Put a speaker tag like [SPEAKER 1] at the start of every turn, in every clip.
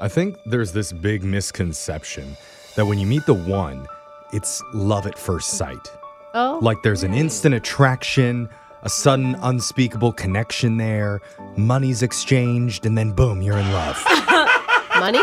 [SPEAKER 1] I think there's this big misconception that when you meet the one, it's love at first sight.
[SPEAKER 2] Oh,
[SPEAKER 1] Like there's an instant attraction, a sudden unspeakable connection there, money's exchanged, and then boom, you're in love.
[SPEAKER 2] money?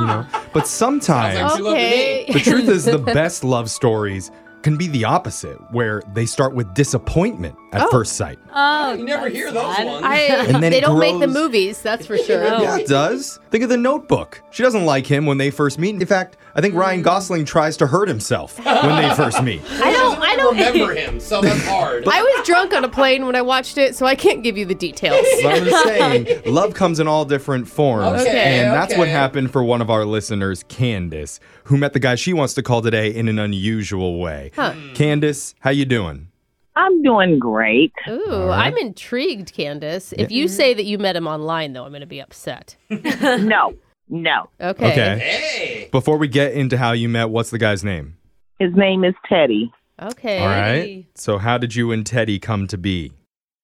[SPEAKER 1] You know? But sometimes
[SPEAKER 3] Sounds She loved
[SPEAKER 2] Okay.
[SPEAKER 1] the truth is the best love stories can be the opposite, where they start with disappointment at first sight.
[SPEAKER 3] You never hear those ones.
[SPEAKER 2] I,
[SPEAKER 1] And then
[SPEAKER 2] they
[SPEAKER 1] it
[SPEAKER 2] don't make the
[SPEAKER 1] grows.
[SPEAKER 2] movies, that's for sure.
[SPEAKER 1] Yeah, it does. Think of the notebook. She doesn't like him when they first meet. In fact, I think Ryan Gosling tries to hurt himself when they first meet.
[SPEAKER 2] I don't. I don't.
[SPEAKER 3] remember him, so that's hard.
[SPEAKER 2] I was drunk on a plane when I watched it, so I can't give you the details.
[SPEAKER 1] But I'm just saying, love comes in all different forms.
[SPEAKER 3] Okay,
[SPEAKER 1] and that's what
[SPEAKER 3] okay.
[SPEAKER 1] happened for one of our listeners, Candace, who met the guy she wants to call today in an unusual way. Candace, how you doing?
[SPEAKER 4] I'm doing great.
[SPEAKER 2] Ooh, I'm intrigued, Candace. If you say that you met him online, though, I'm going to be upset.
[SPEAKER 4] No, no.
[SPEAKER 2] Okay.
[SPEAKER 1] Okay.
[SPEAKER 3] hey.
[SPEAKER 1] Before we get into how you met, what's the guy's name?
[SPEAKER 4] His name is Teddy.
[SPEAKER 2] Okay.
[SPEAKER 1] All right. So how did you and Teddy come to be?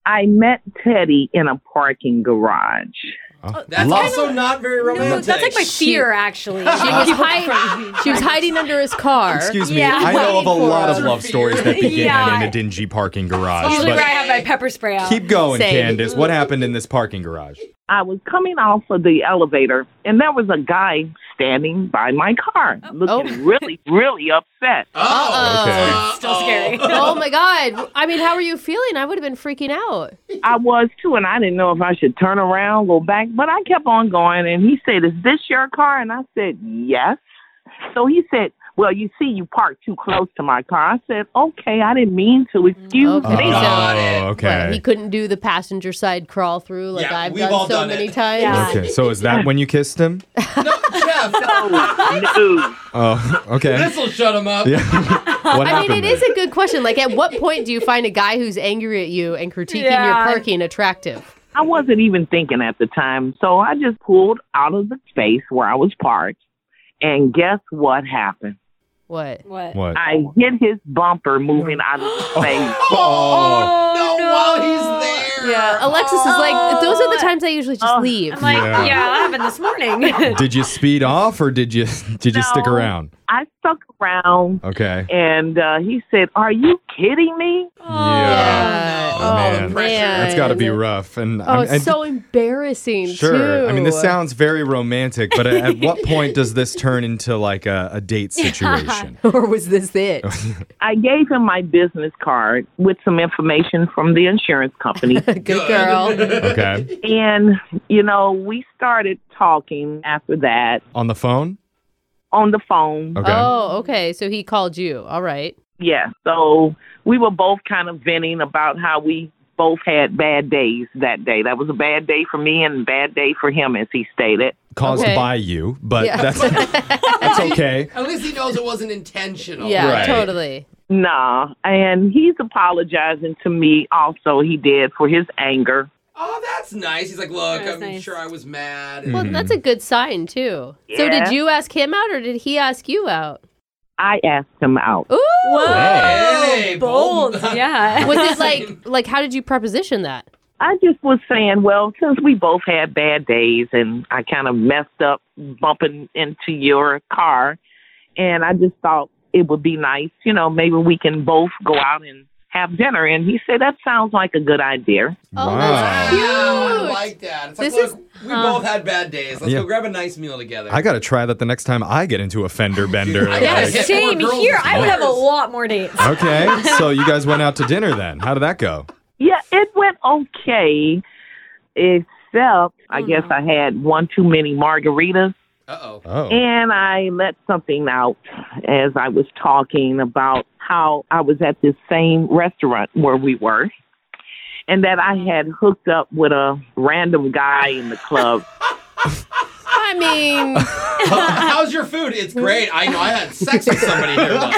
[SPEAKER 4] I met Teddy in a parking garage.
[SPEAKER 3] That's
[SPEAKER 1] Love.
[SPEAKER 3] also not very
[SPEAKER 5] No,
[SPEAKER 3] romantic.
[SPEAKER 5] that's like my fear, actually.
[SPEAKER 2] She was, hiding, she was hiding under his car.
[SPEAKER 1] Excuse me.
[SPEAKER 5] Yeah,
[SPEAKER 1] I know of a
[SPEAKER 2] waiting for
[SPEAKER 1] lot
[SPEAKER 2] us.
[SPEAKER 1] of love stories that begin
[SPEAKER 5] Yeah.
[SPEAKER 1] in a dingy parking garage.
[SPEAKER 5] Usually
[SPEAKER 1] but
[SPEAKER 5] where I have my pepper spray out.
[SPEAKER 1] keep going,
[SPEAKER 2] Same.
[SPEAKER 1] Candace. What happened in this parking garage?
[SPEAKER 4] I was coming off of the elevator, and there was a guy standing by my car looking really, really upset.
[SPEAKER 3] Oh.
[SPEAKER 1] Okay.
[SPEAKER 5] Still scary.
[SPEAKER 2] Oh my God. I mean, how were you feeling? I would have been freaking out.
[SPEAKER 4] I was too, and I didn't know if I should turn around, go back, but I kept on going. And he said, Is this your car? And I said, Yes. So he said, Well, you see, you parked too close to my car. I said, Okay, I didn't mean to. Excuse
[SPEAKER 2] Okay.
[SPEAKER 4] me.
[SPEAKER 3] Got it.
[SPEAKER 1] Oh,
[SPEAKER 2] Right,
[SPEAKER 1] okay.
[SPEAKER 2] He couldn't do the passenger side crawl through like
[SPEAKER 3] Yeah,
[SPEAKER 2] I've
[SPEAKER 3] we've
[SPEAKER 2] done
[SPEAKER 3] all
[SPEAKER 2] so
[SPEAKER 3] done
[SPEAKER 2] many
[SPEAKER 3] it.
[SPEAKER 2] times.
[SPEAKER 5] Yeah.
[SPEAKER 1] Okay, so is that when you kissed him?
[SPEAKER 3] Oh, No, Jeff,
[SPEAKER 4] No.
[SPEAKER 1] Oh, okay.
[SPEAKER 3] this'll shut him up.
[SPEAKER 1] Yeah. what
[SPEAKER 2] I mean,
[SPEAKER 1] happened?
[SPEAKER 2] it is a good question. Like, at what point do you find a guy who's angry at you and critiquing
[SPEAKER 5] Yeah.
[SPEAKER 2] your parking attractive?
[SPEAKER 4] I wasn't even thinking at the time. So I just pulled out of the space where I was parked. And guess what happened?
[SPEAKER 2] What?
[SPEAKER 5] What?
[SPEAKER 1] What?
[SPEAKER 4] I hit his bumper moving out of the space.
[SPEAKER 1] Oh,
[SPEAKER 3] No, while he's there.
[SPEAKER 2] Yeah, Alexis is like, those are the times I usually just
[SPEAKER 4] Oh.
[SPEAKER 2] leave.
[SPEAKER 5] I'm like,
[SPEAKER 1] Yeah.
[SPEAKER 5] yeah, that happened this morning.
[SPEAKER 1] did you speed off or did you did you stick
[SPEAKER 4] No.
[SPEAKER 1] around?
[SPEAKER 4] I stuck around
[SPEAKER 1] Okay.
[SPEAKER 4] and uh, he said, Are you kidding me?
[SPEAKER 5] Oh.
[SPEAKER 1] Yeah.
[SPEAKER 2] Uh,
[SPEAKER 3] Oh,
[SPEAKER 1] man.
[SPEAKER 3] the pressure.
[SPEAKER 1] That's got to be rough. And
[SPEAKER 2] Oh,
[SPEAKER 1] I'm, and-
[SPEAKER 2] it's so embarrassing.
[SPEAKER 1] Sure.
[SPEAKER 2] Too.
[SPEAKER 1] I mean, this sounds very romantic, but at, at what point does this turn into like a, a date situation?
[SPEAKER 2] Or was this it?
[SPEAKER 4] I gave him my business card with some information from the insurance company.
[SPEAKER 2] Good girl.
[SPEAKER 1] Okay.
[SPEAKER 4] and, you know, we started talking after that
[SPEAKER 1] On the phone?
[SPEAKER 4] on the phone.
[SPEAKER 1] Okay.
[SPEAKER 2] Oh, okay. So he called you. All right.
[SPEAKER 4] Yeah. So we were both kind of venting about how we both had bad days that day. That was a bad day for me and a bad day for him, as he stated.
[SPEAKER 1] Caused
[SPEAKER 2] okay.
[SPEAKER 1] by you, but
[SPEAKER 2] Yeah.
[SPEAKER 1] that's, that's okay.
[SPEAKER 3] At least he knows it wasn't intentional.
[SPEAKER 2] Yeah,
[SPEAKER 1] Right.
[SPEAKER 2] totally.
[SPEAKER 4] Nah. And he's apologizing to me also, he did, for his anger.
[SPEAKER 3] Oh, that's nice. He's like, look,
[SPEAKER 5] That's
[SPEAKER 3] I'm
[SPEAKER 5] nice.
[SPEAKER 3] sure I was mad.
[SPEAKER 1] Mm-hmm.
[SPEAKER 2] Well, that's a good sign, too. So
[SPEAKER 4] Yeah.
[SPEAKER 2] did you ask him out or did he ask you out?
[SPEAKER 4] I asked him out.
[SPEAKER 2] Ooh.
[SPEAKER 3] Hey,
[SPEAKER 5] bold.
[SPEAKER 3] bold.
[SPEAKER 5] Yeah.
[SPEAKER 2] Was it like, like, how did you preposition that?
[SPEAKER 4] I just was saying, well, since we both had bad days and I kind of messed up bumping into your car, and I just thought it would be nice, you know, maybe we can both go out and have dinner. And he said, that sounds like a good idea.
[SPEAKER 2] Oh,
[SPEAKER 1] wow.
[SPEAKER 2] that's
[SPEAKER 3] Yeah, I
[SPEAKER 2] Cute.
[SPEAKER 3] like that. It's like,
[SPEAKER 2] This
[SPEAKER 3] look, we both had bad days. Let's
[SPEAKER 1] Yeah.
[SPEAKER 3] go grab a nice meal together.
[SPEAKER 1] I got to try that the next time I get into a fender bender.
[SPEAKER 3] I
[SPEAKER 5] yeah,
[SPEAKER 3] gotta
[SPEAKER 1] Like,
[SPEAKER 3] get
[SPEAKER 5] same
[SPEAKER 3] more girls
[SPEAKER 5] here.
[SPEAKER 3] with
[SPEAKER 5] I would have a
[SPEAKER 3] letters.
[SPEAKER 5] lot more dates.
[SPEAKER 1] okay. So you guys went out to dinner then. How did that go?
[SPEAKER 4] Yeah, it went okay, except I guess I had one too many margaritas.
[SPEAKER 3] Uh oh.
[SPEAKER 1] Oh.
[SPEAKER 4] And I let something out as I was talking about how I was at this same restaurant where we were and that I had hooked up with a random guy in the club.
[SPEAKER 2] I mean,
[SPEAKER 3] How's your food? It's great. I know I had sex with somebody here. once.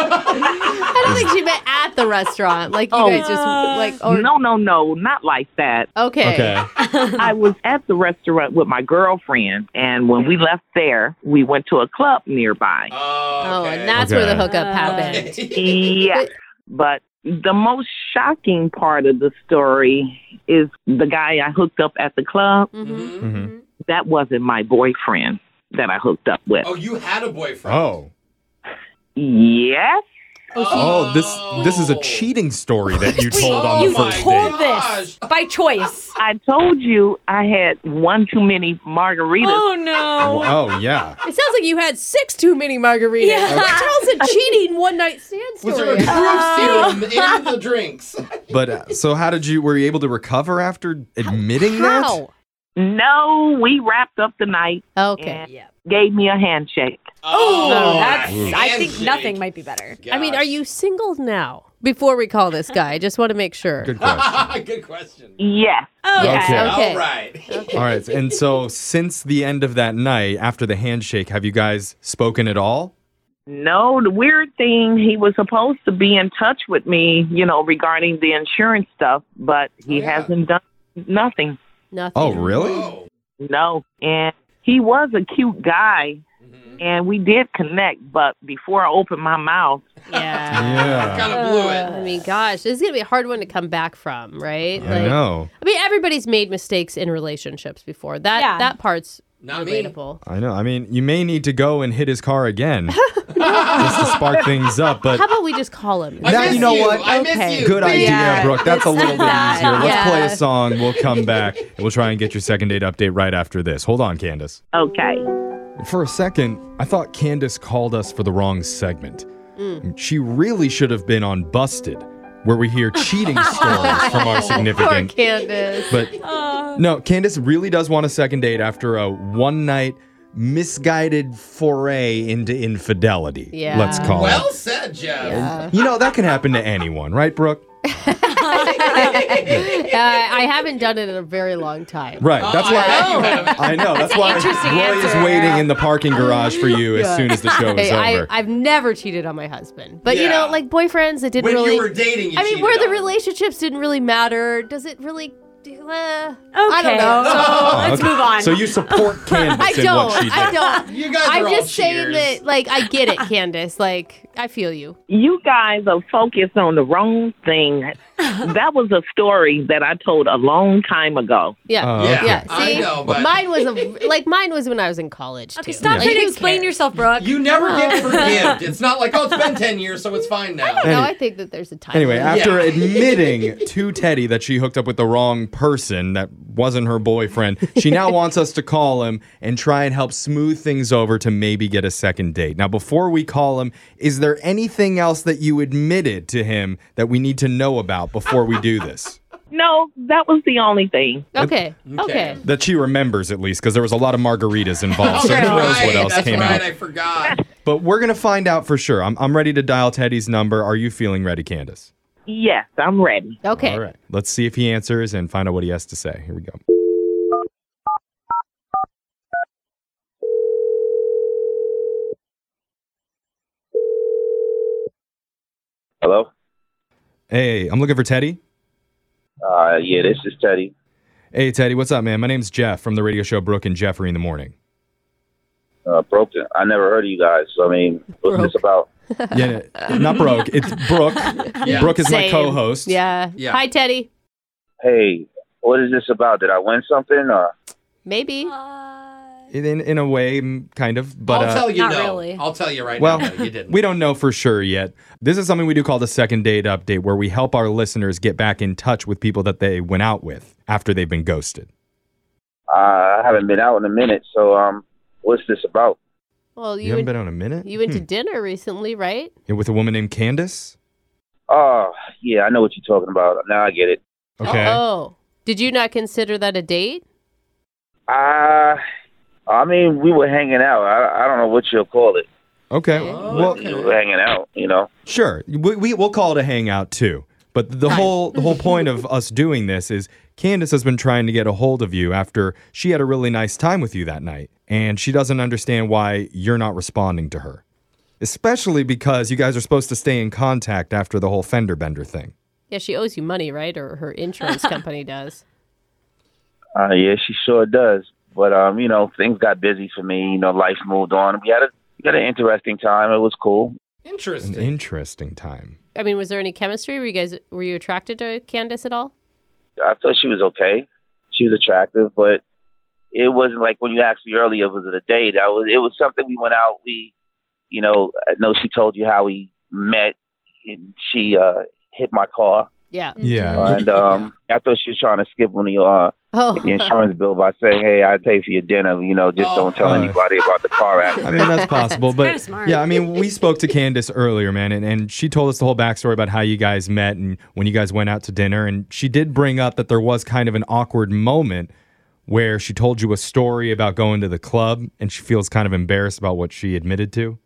[SPEAKER 2] I don't think she met at the restaurant. Like, you
[SPEAKER 4] Oh.
[SPEAKER 2] guys just, like, or,
[SPEAKER 4] no, no, no, not like that.
[SPEAKER 2] okay.
[SPEAKER 1] Okay.
[SPEAKER 4] I was at the restaurant with my girlfriend and when we left there, we went to a club nearby.
[SPEAKER 3] Oh,
[SPEAKER 2] Oh,
[SPEAKER 3] okay.
[SPEAKER 2] and that's where the
[SPEAKER 1] Okay.
[SPEAKER 2] hookup
[SPEAKER 5] Uh,
[SPEAKER 2] happened.
[SPEAKER 4] Yeah. But the most shocking part of the story is the guy I hooked up at the club.
[SPEAKER 2] hmm
[SPEAKER 1] Mhm.
[SPEAKER 4] that wasn't my boyfriend that I hooked up with.
[SPEAKER 3] Oh, you had a boyfriend.
[SPEAKER 1] Oh.
[SPEAKER 4] Yes.
[SPEAKER 1] Oh, this this is a cheating story that you told on
[SPEAKER 5] you
[SPEAKER 1] the first date.
[SPEAKER 5] told this by choice.
[SPEAKER 4] I told you I had one too many margaritas.
[SPEAKER 5] Oh no.
[SPEAKER 1] Oh yeah.
[SPEAKER 2] It sounds like you had six too many margaritas.
[SPEAKER 5] Yeah.
[SPEAKER 2] That tells a cheating one night stand story.
[SPEAKER 3] Was there a proof serum in the drinks? Oh,
[SPEAKER 1] But uh, so how did you were you able to recover after admitting that?
[SPEAKER 2] How?
[SPEAKER 4] No, we wrapped up the night.
[SPEAKER 2] Okay.
[SPEAKER 4] and
[SPEAKER 5] Yeah.
[SPEAKER 4] gave me a handshake.
[SPEAKER 5] Oh, that's. I think
[SPEAKER 3] handshake.
[SPEAKER 5] nothing might be better.
[SPEAKER 2] I mean, are you single now? Before we call this guy, I just want to make sure.
[SPEAKER 1] Good question.
[SPEAKER 3] Gosh. Good question.
[SPEAKER 4] Yes.
[SPEAKER 1] Okay.
[SPEAKER 2] Okay.
[SPEAKER 3] All right.
[SPEAKER 1] All right. And so since the end of that night after the handshake, have you guys spoken at all?
[SPEAKER 4] No, the weird thing, he was supposed to be in touch with me, you know, regarding the insurance stuff, but he
[SPEAKER 3] Oh, yeah.
[SPEAKER 4] hasn't done nothing.
[SPEAKER 2] Nothing.
[SPEAKER 1] Oh, really?
[SPEAKER 3] Whoa.
[SPEAKER 4] No. And he was a cute guy,
[SPEAKER 3] Mhm.
[SPEAKER 4] and we did connect, but before I opened my mouth,
[SPEAKER 2] Yeah.
[SPEAKER 1] Yeah.
[SPEAKER 3] Kind of blew
[SPEAKER 2] I
[SPEAKER 3] it.
[SPEAKER 2] mean, gosh, this is gonna be a hard one to come back from, right?
[SPEAKER 1] I know.
[SPEAKER 2] I mean, everybody's made mistakes in relationships before. That
[SPEAKER 5] Yeah.
[SPEAKER 2] that part's
[SPEAKER 3] Not me.
[SPEAKER 2] relatable.
[SPEAKER 1] I know. I mean, you may need to go and hit his car again just to spark things up, but
[SPEAKER 2] How about we just call him?
[SPEAKER 3] I
[SPEAKER 1] Now
[SPEAKER 3] miss
[SPEAKER 1] you know what?
[SPEAKER 3] I miss
[SPEAKER 2] Okay.
[SPEAKER 3] you.
[SPEAKER 1] Good
[SPEAKER 3] Big
[SPEAKER 1] idea,
[SPEAKER 5] Yeah.
[SPEAKER 1] Brooke. That's a little bit
[SPEAKER 5] It's-
[SPEAKER 1] easier. Let's play a
[SPEAKER 2] Yeah.
[SPEAKER 1] song. We'll come back and we'll try and get your second date update right after this. Hold on, Candace.
[SPEAKER 4] okay.
[SPEAKER 1] For a second, I thought Candace called us for the wrong segment.
[SPEAKER 2] Mm.
[SPEAKER 1] She really should have been on Busted, where we hear cheating stories from our
[SPEAKER 2] Poor
[SPEAKER 1] significant.
[SPEAKER 2] Candace.
[SPEAKER 1] But
[SPEAKER 5] Uh,
[SPEAKER 1] no, Candace really does want a second date after a one night misguided foray into infidelity.
[SPEAKER 2] Yeah.
[SPEAKER 1] Let's call
[SPEAKER 3] Well
[SPEAKER 1] it.
[SPEAKER 3] said, Jeff.
[SPEAKER 1] You know, that can happen to anyone, right, Brooke?
[SPEAKER 2] Uh, I haven't done it in a very long time.
[SPEAKER 1] Right. that's
[SPEAKER 3] I
[SPEAKER 1] why.
[SPEAKER 3] bet you have.
[SPEAKER 1] I know. That's why
[SPEAKER 5] interesting
[SPEAKER 1] Roy is
[SPEAKER 5] answer.
[SPEAKER 1] waiting in the parking garage for you as soon as the show is
[SPEAKER 2] Hey, I,
[SPEAKER 1] over.
[SPEAKER 2] I've never cheated on my husband, but you
[SPEAKER 3] Yeah.
[SPEAKER 2] know, like boyfriends that didn't
[SPEAKER 3] When
[SPEAKER 2] really.
[SPEAKER 3] you were dating, you
[SPEAKER 2] I mean,
[SPEAKER 3] cheated
[SPEAKER 2] where the
[SPEAKER 3] on me.
[SPEAKER 2] relationships didn't really matter. Does it really? Uh, I
[SPEAKER 5] Okay,
[SPEAKER 2] don't know.
[SPEAKER 5] so-
[SPEAKER 1] Oh,
[SPEAKER 5] let's
[SPEAKER 1] okay.
[SPEAKER 5] move on.
[SPEAKER 1] So you support Candace
[SPEAKER 2] I
[SPEAKER 1] in
[SPEAKER 2] don't.
[SPEAKER 1] what she did.
[SPEAKER 2] I don't.
[SPEAKER 3] You guys
[SPEAKER 2] I'm
[SPEAKER 3] are
[SPEAKER 2] just
[SPEAKER 3] all
[SPEAKER 2] saying
[SPEAKER 3] cheaters.
[SPEAKER 2] that, like, I get it, Candace. Like, I feel you.
[SPEAKER 4] You guys are focused on the wrong thing. that was a story that I told a long time ago.
[SPEAKER 2] Yeah.
[SPEAKER 1] Oh,
[SPEAKER 3] Yeah.
[SPEAKER 1] okay.
[SPEAKER 2] yeah.
[SPEAKER 3] I
[SPEAKER 2] See,
[SPEAKER 3] know, but-
[SPEAKER 2] mine was a like mine was when I was in college too.
[SPEAKER 5] okay, stop
[SPEAKER 2] Like,
[SPEAKER 5] trying to
[SPEAKER 2] who
[SPEAKER 5] explain
[SPEAKER 2] cares?
[SPEAKER 5] yourself, Brooke.
[SPEAKER 3] You never get forgived. It's not like, oh, it's been 10 years, so it's fine now.
[SPEAKER 2] No,
[SPEAKER 1] Any-
[SPEAKER 2] I think that there's a time.
[SPEAKER 1] Anyway,
[SPEAKER 2] limit.
[SPEAKER 1] after admitting to Teddy that she hooked up with the wrong person that wasn't her boyfriend, she now wants us to call him and try and help smooth things over to maybe get a second date. Now, before we call him, is there anything else that you admitted to him that we need to know about before we do this?
[SPEAKER 4] No, that was the only thing.
[SPEAKER 2] okay, okay.
[SPEAKER 1] That she remembers at least, because there was a lot of margaritas involved. So who
[SPEAKER 3] That's
[SPEAKER 1] knows what
[SPEAKER 3] right,
[SPEAKER 1] else
[SPEAKER 3] That's
[SPEAKER 1] came
[SPEAKER 3] right,
[SPEAKER 1] out.
[SPEAKER 3] I forgot.
[SPEAKER 1] But we're gonna find out for sure. I'm I'm ready to dial Teddy's number. Are you feeling ready, Candace?
[SPEAKER 4] Yes, I'm ready.
[SPEAKER 2] Okay.
[SPEAKER 1] All right. Let's see if he answers and find out what he has to say. Here we go.
[SPEAKER 6] Hello.
[SPEAKER 1] Hey, I'm looking for Teddy.
[SPEAKER 6] Uh, yeah, this is Teddy.
[SPEAKER 1] Hey Teddy, what's up, man? My name's Jeff from the radio show Brooke and Jeffrey in the morning.
[SPEAKER 6] Uh, Broken. I never heard of you guys. So, I mean, what's this about?
[SPEAKER 1] Yeah, not Brooke. It's Brooke.
[SPEAKER 3] Yeah.
[SPEAKER 1] Brooke is my
[SPEAKER 2] Same.
[SPEAKER 1] co-host.
[SPEAKER 2] Yeah.
[SPEAKER 3] Yeah.
[SPEAKER 2] Hi, Teddy.
[SPEAKER 6] Hey, what is this about? Did I win something? Or
[SPEAKER 2] Maybe.
[SPEAKER 5] Uh,
[SPEAKER 1] In in a way, mm, kind of. But
[SPEAKER 3] I'll
[SPEAKER 1] uh,
[SPEAKER 3] tell you
[SPEAKER 5] Not
[SPEAKER 3] no.
[SPEAKER 5] really.
[SPEAKER 3] I'll tell you right
[SPEAKER 1] Well,
[SPEAKER 3] now. no, You didn't.
[SPEAKER 1] We don't know for sure yet. This is something we do call the second date update, where we help our listeners get back in touch with people that they went out with after they've been ghosted.
[SPEAKER 6] uh, I haven't been out in a minute. So, um, what's this about?
[SPEAKER 2] Well,
[SPEAKER 1] You,
[SPEAKER 2] you
[SPEAKER 1] haven't
[SPEAKER 2] went,
[SPEAKER 1] been on a minute?
[SPEAKER 2] you went to
[SPEAKER 1] Hmm.
[SPEAKER 2] dinner recently, right?
[SPEAKER 1] Yeah, with a woman named Candace?
[SPEAKER 6] Oh, yeah, I know what you're talking about. Now I get it.
[SPEAKER 1] Okay.
[SPEAKER 2] Oh, did you not consider that a date?
[SPEAKER 6] Uh, I mean, we were hanging out. I, I don't know what you'll call it.
[SPEAKER 1] Okay. well,
[SPEAKER 6] We were hanging out, you know.
[SPEAKER 1] sure. We, we we'll call it a hangout too. But the whole the whole point of us doing this is Candace has been trying to get a hold of you after she had a really nice time with you that night, and she doesn't understand why you're not responding to her. Especially because you guys are supposed to stay in contact after the whole fender bender thing.
[SPEAKER 2] Yeah, she owes you money, right? Or her insurance company does.
[SPEAKER 6] Uh, yeah, she sure does. But um, you know, things got busy for me. You know, life moved on. We had a we had an interesting time. It was cool.
[SPEAKER 1] An
[SPEAKER 3] Interesting.
[SPEAKER 1] interesting time.
[SPEAKER 2] I mean, was there any chemistry? Were you guys were you attracted to Candace at all?
[SPEAKER 6] I thought she was okay. She was attractive, but it wasn't like when you asked me earlier, was it a date? I was. It was something we went out. We, you know, I know she told you how we met. And she uh, hit my car,
[SPEAKER 2] Yeah.
[SPEAKER 1] Yeah.
[SPEAKER 6] and um, I thought she was trying to skip on the uh,
[SPEAKER 2] Oh.
[SPEAKER 6] the insurance bill by saying, "Hey, I will pay for your dinner. You know, just don't tell
[SPEAKER 1] Oh.
[SPEAKER 6] anybody about the car
[SPEAKER 1] I
[SPEAKER 6] accident."
[SPEAKER 1] mean, that's possible,
[SPEAKER 5] kinda
[SPEAKER 1] but
[SPEAKER 5] smart.
[SPEAKER 1] yeah, I mean, we spoke to Candace earlier, man, and, and she told us the whole backstory about how you guys met and when you guys went out to dinner. And she did bring up that there was kind of an awkward moment where she told you a story about going to the club and she feels kind of embarrassed about what she admitted to.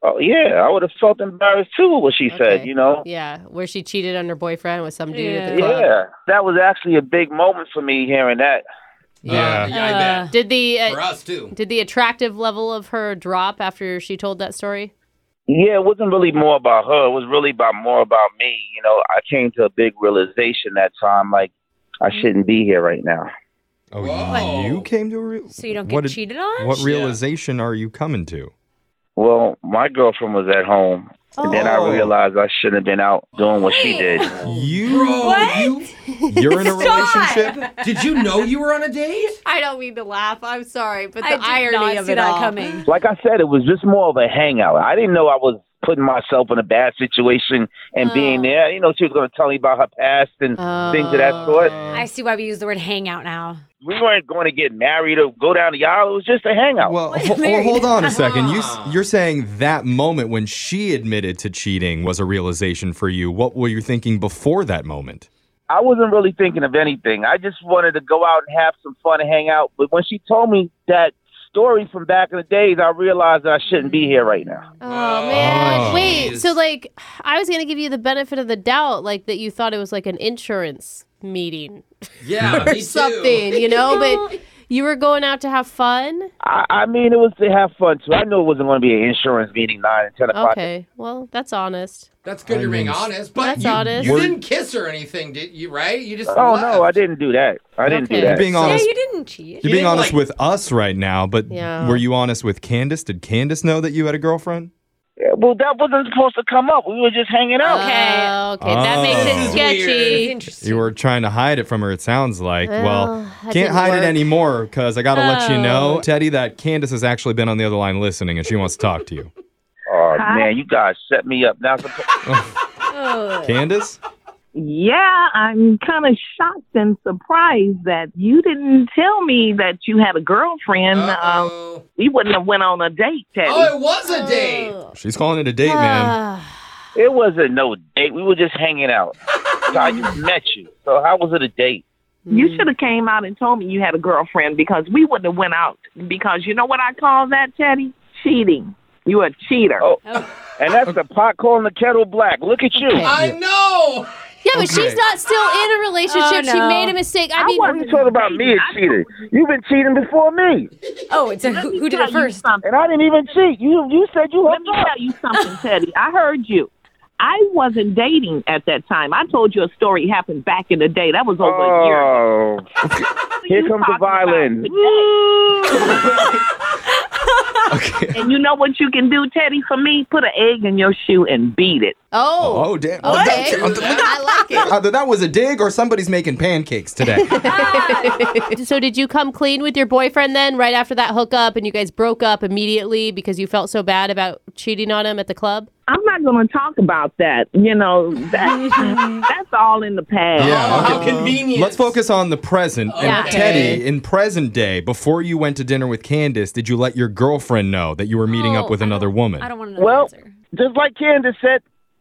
[SPEAKER 6] Oh yeah, I would have felt embarrassed too with what she
[SPEAKER 2] Okay.
[SPEAKER 6] said. You know,
[SPEAKER 2] Yeah, where she cheated on her boyfriend with some dude at the club.
[SPEAKER 6] yeah, that was actually a big moment for me hearing that.
[SPEAKER 3] Yeah, Uh, yeah, I bet.
[SPEAKER 2] Did the
[SPEAKER 3] For
[SPEAKER 2] uh,
[SPEAKER 3] us too.
[SPEAKER 2] did the attractive level of her drop after she told that story?
[SPEAKER 6] Yeah, it wasn't really more about her. It was really about more about me. You know, I came to a big realization that time, like I shouldn't be here right now.
[SPEAKER 1] Oh,
[SPEAKER 3] Whoa.
[SPEAKER 1] you came to a real.
[SPEAKER 5] So you don't
[SPEAKER 1] what
[SPEAKER 5] get
[SPEAKER 1] did-
[SPEAKER 5] cheated on?
[SPEAKER 1] What
[SPEAKER 3] Yeah.
[SPEAKER 1] realization are you coming to?
[SPEAKER 6] Well, my girlfriend was at home, and then I
[SPEAKER 1] Oh.
[SPEAKER 6] realized I shouldn't have been out doing what she did.
[SPEAKER 1] You,
[SPEAKER 3] Bro,
[SPEAKER 5] What?
[SPEAKER 3] Oh, you
[SPEAKER 1] you're in a relationship.
[SPEAKER 3] did you know you were on a date?
[SPEAKER 2] I don't mean to laugh. I'm sorry, but
[SPEAKER 5] I did not see that coming.
[SPEAKER 6] Like I said, it was just more of a hangout. I didn't know I was putting myself in a bad situation and being there. You know, she was going to tell me about her past and
[SPEAKER 2] Uh.
[SPEAKER 6] things of that sort.
[SPEAKER 2] Oh.
[SPEAKER 5] I see why we use the word hangout now.
[SPEAKER 6] We weren't going to get married or go down the aisle. It was just a hangout.
[SPEAKER 1] Well,
[SPEAKER 5] Wait,
[SPEAKER 1] ho- ho-
[SPEAKER 5] married.
[SPEAKER 1] hold on a second. You s-
[SPEAKER 3] Ah.
[SPEAKER 1] you're saying that moment when she admitted to cheating was a realization for you. What were you thinking before that moment?
[SPEAKER 6] I wasn't really thinking of anything. I just wanted to go out and have some fun and hang out. But when she told me that story from back in the days, I realized that I shouldn't be here right now.
[SPEAKER 2] Oh man!
[SPEAKER 1] Oh.
[SPEAKER 2] Wait, so
[SPEAKER 3] Jeez.
[SPEAKER 2] like, I was gonna give you the benefit of the doubt, like that you thought it was like an insurance meeting
[SPEAKER 3] Yeah,
[SPEAKER 2] or
[SPEAKER 3] me too.
[SPEAKER 2] something, you know? But you were going out to have fun.
[SPEAKER 6] I, I mean, it was to have fun too. I knew it wasn't going to be an insurance meeting nine and ten o'clock.
[SPEAKER 2] Okay, well, that's honest.
[SPEAKER 3] That's good.
[SPEAKER 1] I
[SPEAKER 3] You're being
[SPEAKER 1] mean,
[SPEAKER 3] honest, but
[SPEAKER 2] That's
[SPEAKER 3] you,
[SPEAKER 2] honest.
[SPEAKER 3] you
[SPEAKER 1] We're-
[SPEAKER 3] didn't kiss or anything, did you? Right? You just.
[SPEAKER 6] Oh
[SPEAKER 3] left.
[SPEAKER 6] no, I didn't do that. I didn't
[SPEAKER 2] Okay.
[SPEAKER 6] do
[SPEAKER 1] You're
[SPEAKER 6] that.
[SPEAKER 1] being
[SPEAKER 5] Yeah,
[SPEAKER 1] honest.
[SPEAKER 5] you didn't cheat.
[SPEAKER 1] You're being
[SPEAKER 3] didn't,
[SPEAKER 1] honest
[SPEAKER 3] like-
[SPEAKER 1] with us right now, but
[SPEAKER 2] Yeah.
[SPEAKER 1] were you honest with Candace? Did Candace know that you had a girlfriend?
[SPEAKER 6] Yeah, Well, that wasn't supposed to come up. We were just hanging out.
[SPEAKER 5] Okay.
[SPEAKER 2] Oh, okay, that makes
[SPEAKER 1] Oh.
[SPEAKER 2] it
[SPEAKER 5] It's
[SPEAKER 2] sketchy.
[SPEAKER 5] interesting.
[SPEAKER 1] You were trying to hide it from her, it sounds like. Well,
[SPEAKER 2] Well, that
[SPEAKER 1] can't
[SPEAKER 2] didn't
[SPEAKER 1] hide
[SPEAKER 2] work.
[SPEAKER 1] it anymore because I got to let you know,
[SPEAKER 5] Oh.
[SPEAKER 1] Teddy, that Candace has actually been on the other line listening and she wants to talk to you.
[SPEAKER 6] Oh
[SPEAKER 4] Hi.
[SPEAKER 6] man, you guys set me up. Now,
[SPEAKER 5] Ugh.
[SPEAKER 1] Candace?
[SPEAKER 4] Yeah, I'm kind of shocked and surprised that you didn't tell me that you had a girlfriend. Um,
[SPEAKER 3] Uh-oh.
[SPEAKER 4] we wouldn't have went on a date, Teddy.
[SPEAKER 3] Oh, it was a date.
[SPEAKER 1] She's calling it a date, man.
[SPEAKER 6] it wasn't no date. We were just hanging out. So I just met you. So how was it a date?
[SPEAKER 4] You should have came out and told me you had a girlfriend because we wouldn't have went out. Because you know what I call that, Teddy? Cheating. You a cheater.
[SPEAKER 6] Oh, and that's the pot calling the kettle black. Look at you.
[SPEAKER 3] I know.
[SPEAKER 2] Yeah, but
[SPEAKER 1] Okay.
[SPEAKER 2] she's not still in a relationship.
[SPEAKER 5] Oh,
[SPEAKER 2] She
[SPEAKER 5] no.
[SPEAKER 2] made a mistake. I,
[SPEAKER 4] I
[SPEAKER 2] mean,
[SPEAKER 4] wasn't-
[SPEAKER 6] You talking about me and cheating? You've been cheating before me,
[SPEAKER 5] Oh, it's a who, who did
[SPEAKER 4] Let me tell
[SPEAKER 5] it
[SPEAKER 4] you
[SPEAKER 5] first?
[SPEAKER 4] something.
[SPEAKER 6] and I didn't even cheat. You you said you
[SPEAKER 4] Let
[SPEAKER 6] hooked
[SPEAKER 4] me
[SPEAKER 6] up.
[SPEAKER 4] tell you something, Teddy. I heard you. I wasn't dating at that time. I told you a story happened back in the day. That was over a year. ago.
[SPEAKER 6] Oh,
[SPEAKER 4] What are
[SPEAKER 6] here
[SPEAKER 4] you
[SPEAKER 6] comes the
[SPEAKER 4] talking about
[SPEAKER 6] violin.
[SPEAKER 4] today?
[SPEAKER 1] Okay.
[SPEAKER 4] and you know what you can do, Teddy, for me? Put an egg in your shoe and beat it.
[SPEAKER 2] oh,
[SPEAKER 1] Oh, damn.
[SPEAKER 2] okay. I like it.
[SPEAKER 1] Either that was a dig or somebody's making pancakes today.
[SPEAKER 2] So, did you come clean with your boyfriend then, right after that hookup, and you guys broke up immediately because you felt so bad about cheating on him at the club?
[SPEAKER 4] I'm not going to talk about that. You know, that, that's all in the past.
[SPEAKER 1] Yeah,
[SPEAKER 3] Oh, how
[SPEAKER 1] okay.
[SPEAKER 3] convenient.
[SPEAKER 1] Let's focus on the present. And
[SPEAKER 2] Okay.
[SPEAKER 1] Teddy, in present day, before you went to dinner with Candace, did you let your girlfriend know that you were meeting
[SPEAKER 5] Oh,
[SPEAKER 1] up with
[SPEAKER 5] I
[SPEAKER 1] another
[SPEAKER 5] don't-
[SPEAKER 1] woman?
[SPEAKER 5] I don't want to know
[SPEAKER 6] Well-
[SPEAKER 5] the answer.
[SPEAKER 6] Just like Candace said,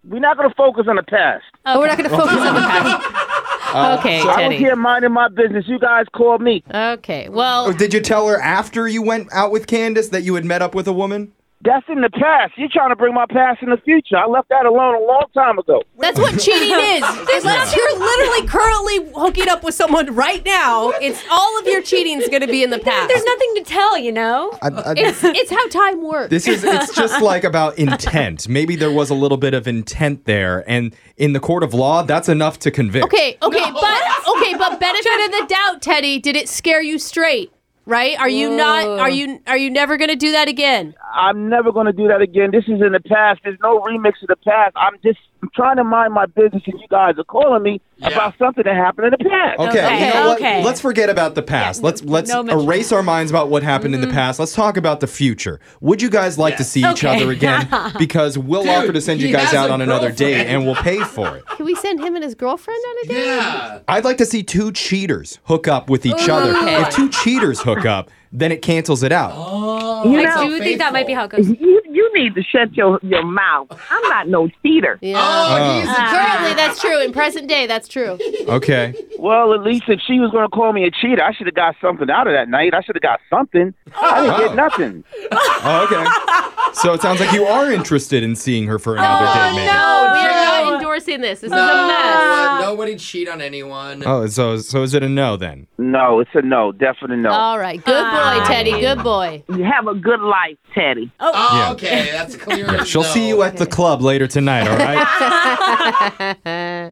[SPEAKER 6] we're not going to focus on the past.
[SPEAKER 2] Oh, we're not going to focus on the past. okay,
[SPEAKER 6] So I was
[SPEAKER 2] Teddy.
[SPEAKER 6] here minding my business. You guys called me.
[SPEAKER 2] Okay. Well,
[SPEAKER 1] Or Oh, did you tell her after you went out with Candace that you had met up with a woman?
[SPEAKER 6] That's in the past. You're trying to bring my past in the future. I left that alone a long time ago.
[SPEAKER 2] that's what cheating is. Unless you're literally currently hooking up with someone right now, it's all of your cheating is going to be in the past.
[SPEAKER 5] There's nothing to tell, you know.
[SPEAKER 1] I, I-
[SPEAKER 2] it's, it's how time works.
[SPEAKER 1] this is it's just like about intent. Maybe there was a little bit of intent there and in the court of law, that's enough to convict.
[SPEAKER 2] Okay, okay, but okay, but benefit of the doubt, Teddy. Did it scare you straight? Right? Are you not?
[SPEAKER 5] Whoa.
[SPEAKER 2] Are you? Are you never gonna do that again?
[SPEAKER 6] I'm never going to do that again. This is in the past. There's no remix of the past. I'm just I'm trying to mind my business, and you guys are calling me
[SPEAKER 3] Yeah.
[SPEAKER 6] about something that happened in the past.
[SPEAKER 1] Okay,
[SPEAKER 5] Okay,
[SPEAKER 1] you know what?
[SPEAKER 5] okay.
[SPEAKER 1] Let's forget about the past.
[SPEAKER 5] Yeah,
[SPEAKER 1] let's let's
[SPEAKER 5] no mention- Mm-hmm.
[SPEAKER 1] erase our minds about what happened in the past. Let's talk about the future. Would you guys like to see each
[SPEAKER 5] Okay.
[SPEAKER 1] other again? Because we'll
[SPEAKER 3] Dude,
[SPEAKER 1] offer to send you
[SPEAKER 3] he
[SPEAKER 1] guys
[SPEAKER 3] has
[SPEAKER 1] out
[SPEAKER 3] a
[SPEAKER 1] on another date
[SPEAKER 3] girlfriend.
[SPEAKER 1] and we'll pay for it.
[SPEAKER 2] Can we send him and his girlfriend on a date?
[SPEAKER 3] Yeah.
[SPEAKER 1] I'd like to see two cheaters hook up with each
[SPEAKER 5] Ooh,
[SPEAKER 1] other.
[SPEAKER 5] okay.
[SPEAKER 1] If two cheaters hook up, then it cancels it out.
[SPEAKER 3] Oh,
[SPEAKER 4] You
[SPEAKER 5] I
[SPEAKER 3] that's
[SPEAKER 4] know-
[SPEAKER 5] do
[SPEAKER 3] so
[SPEAKER 5] think that might be
[SPEAKER 3] faithful.
[SPEAKER 5] how it goes.
[SPEAKER 4] You, you need to shut your, your mouth. I'm not no cheater.
[SPEAKER 2] Yeah.
[SPEAKER 3] Oh, he's a
[SPEAKER 2] Currently, that's true. In present day, that's true.
[SPEAKER 5] Oh.
[SPEAKER 1] Okay.
[SPEAKER 6] Well, at least if she was going to call me a cheater, I should have got something out of that night. I should have got something. I didn't
[SPEAKER 1] Oh.
[SPEAKER 6] get nothing.
[SPEAKER 1] Oh, okay. So it sounds like you are interested in seeing her for another
[SPEAKER 5] Oh,
[SPEAKER 1] date, maybe.
[SPEAKER 2] Oh, No, we are not endorsing this. This is a mess.
[SPEAKER 3] Uh, nobody cheat on anyone.
[SPEAKER 1] Oh, so so is it a no then?
[SPEAKER 6] No, it's a no, definitely no.
[SPEAKER 2] All right. Good boy, Teddy. Good boy.
[SPEAKER 4] You have a good life, Teddy.
[SPEAKER 3] Oh,
[SPEAKER 1] Yeah.
[SPEAKER 3] okay, that's clear.
[SPEAKER 1] Yeah,
[SPEAKER 3] as
[SPEAKER 1] she'll
[SPEAKER 3] no.
[SPEAKER 1] see you at the club later tonight, all right?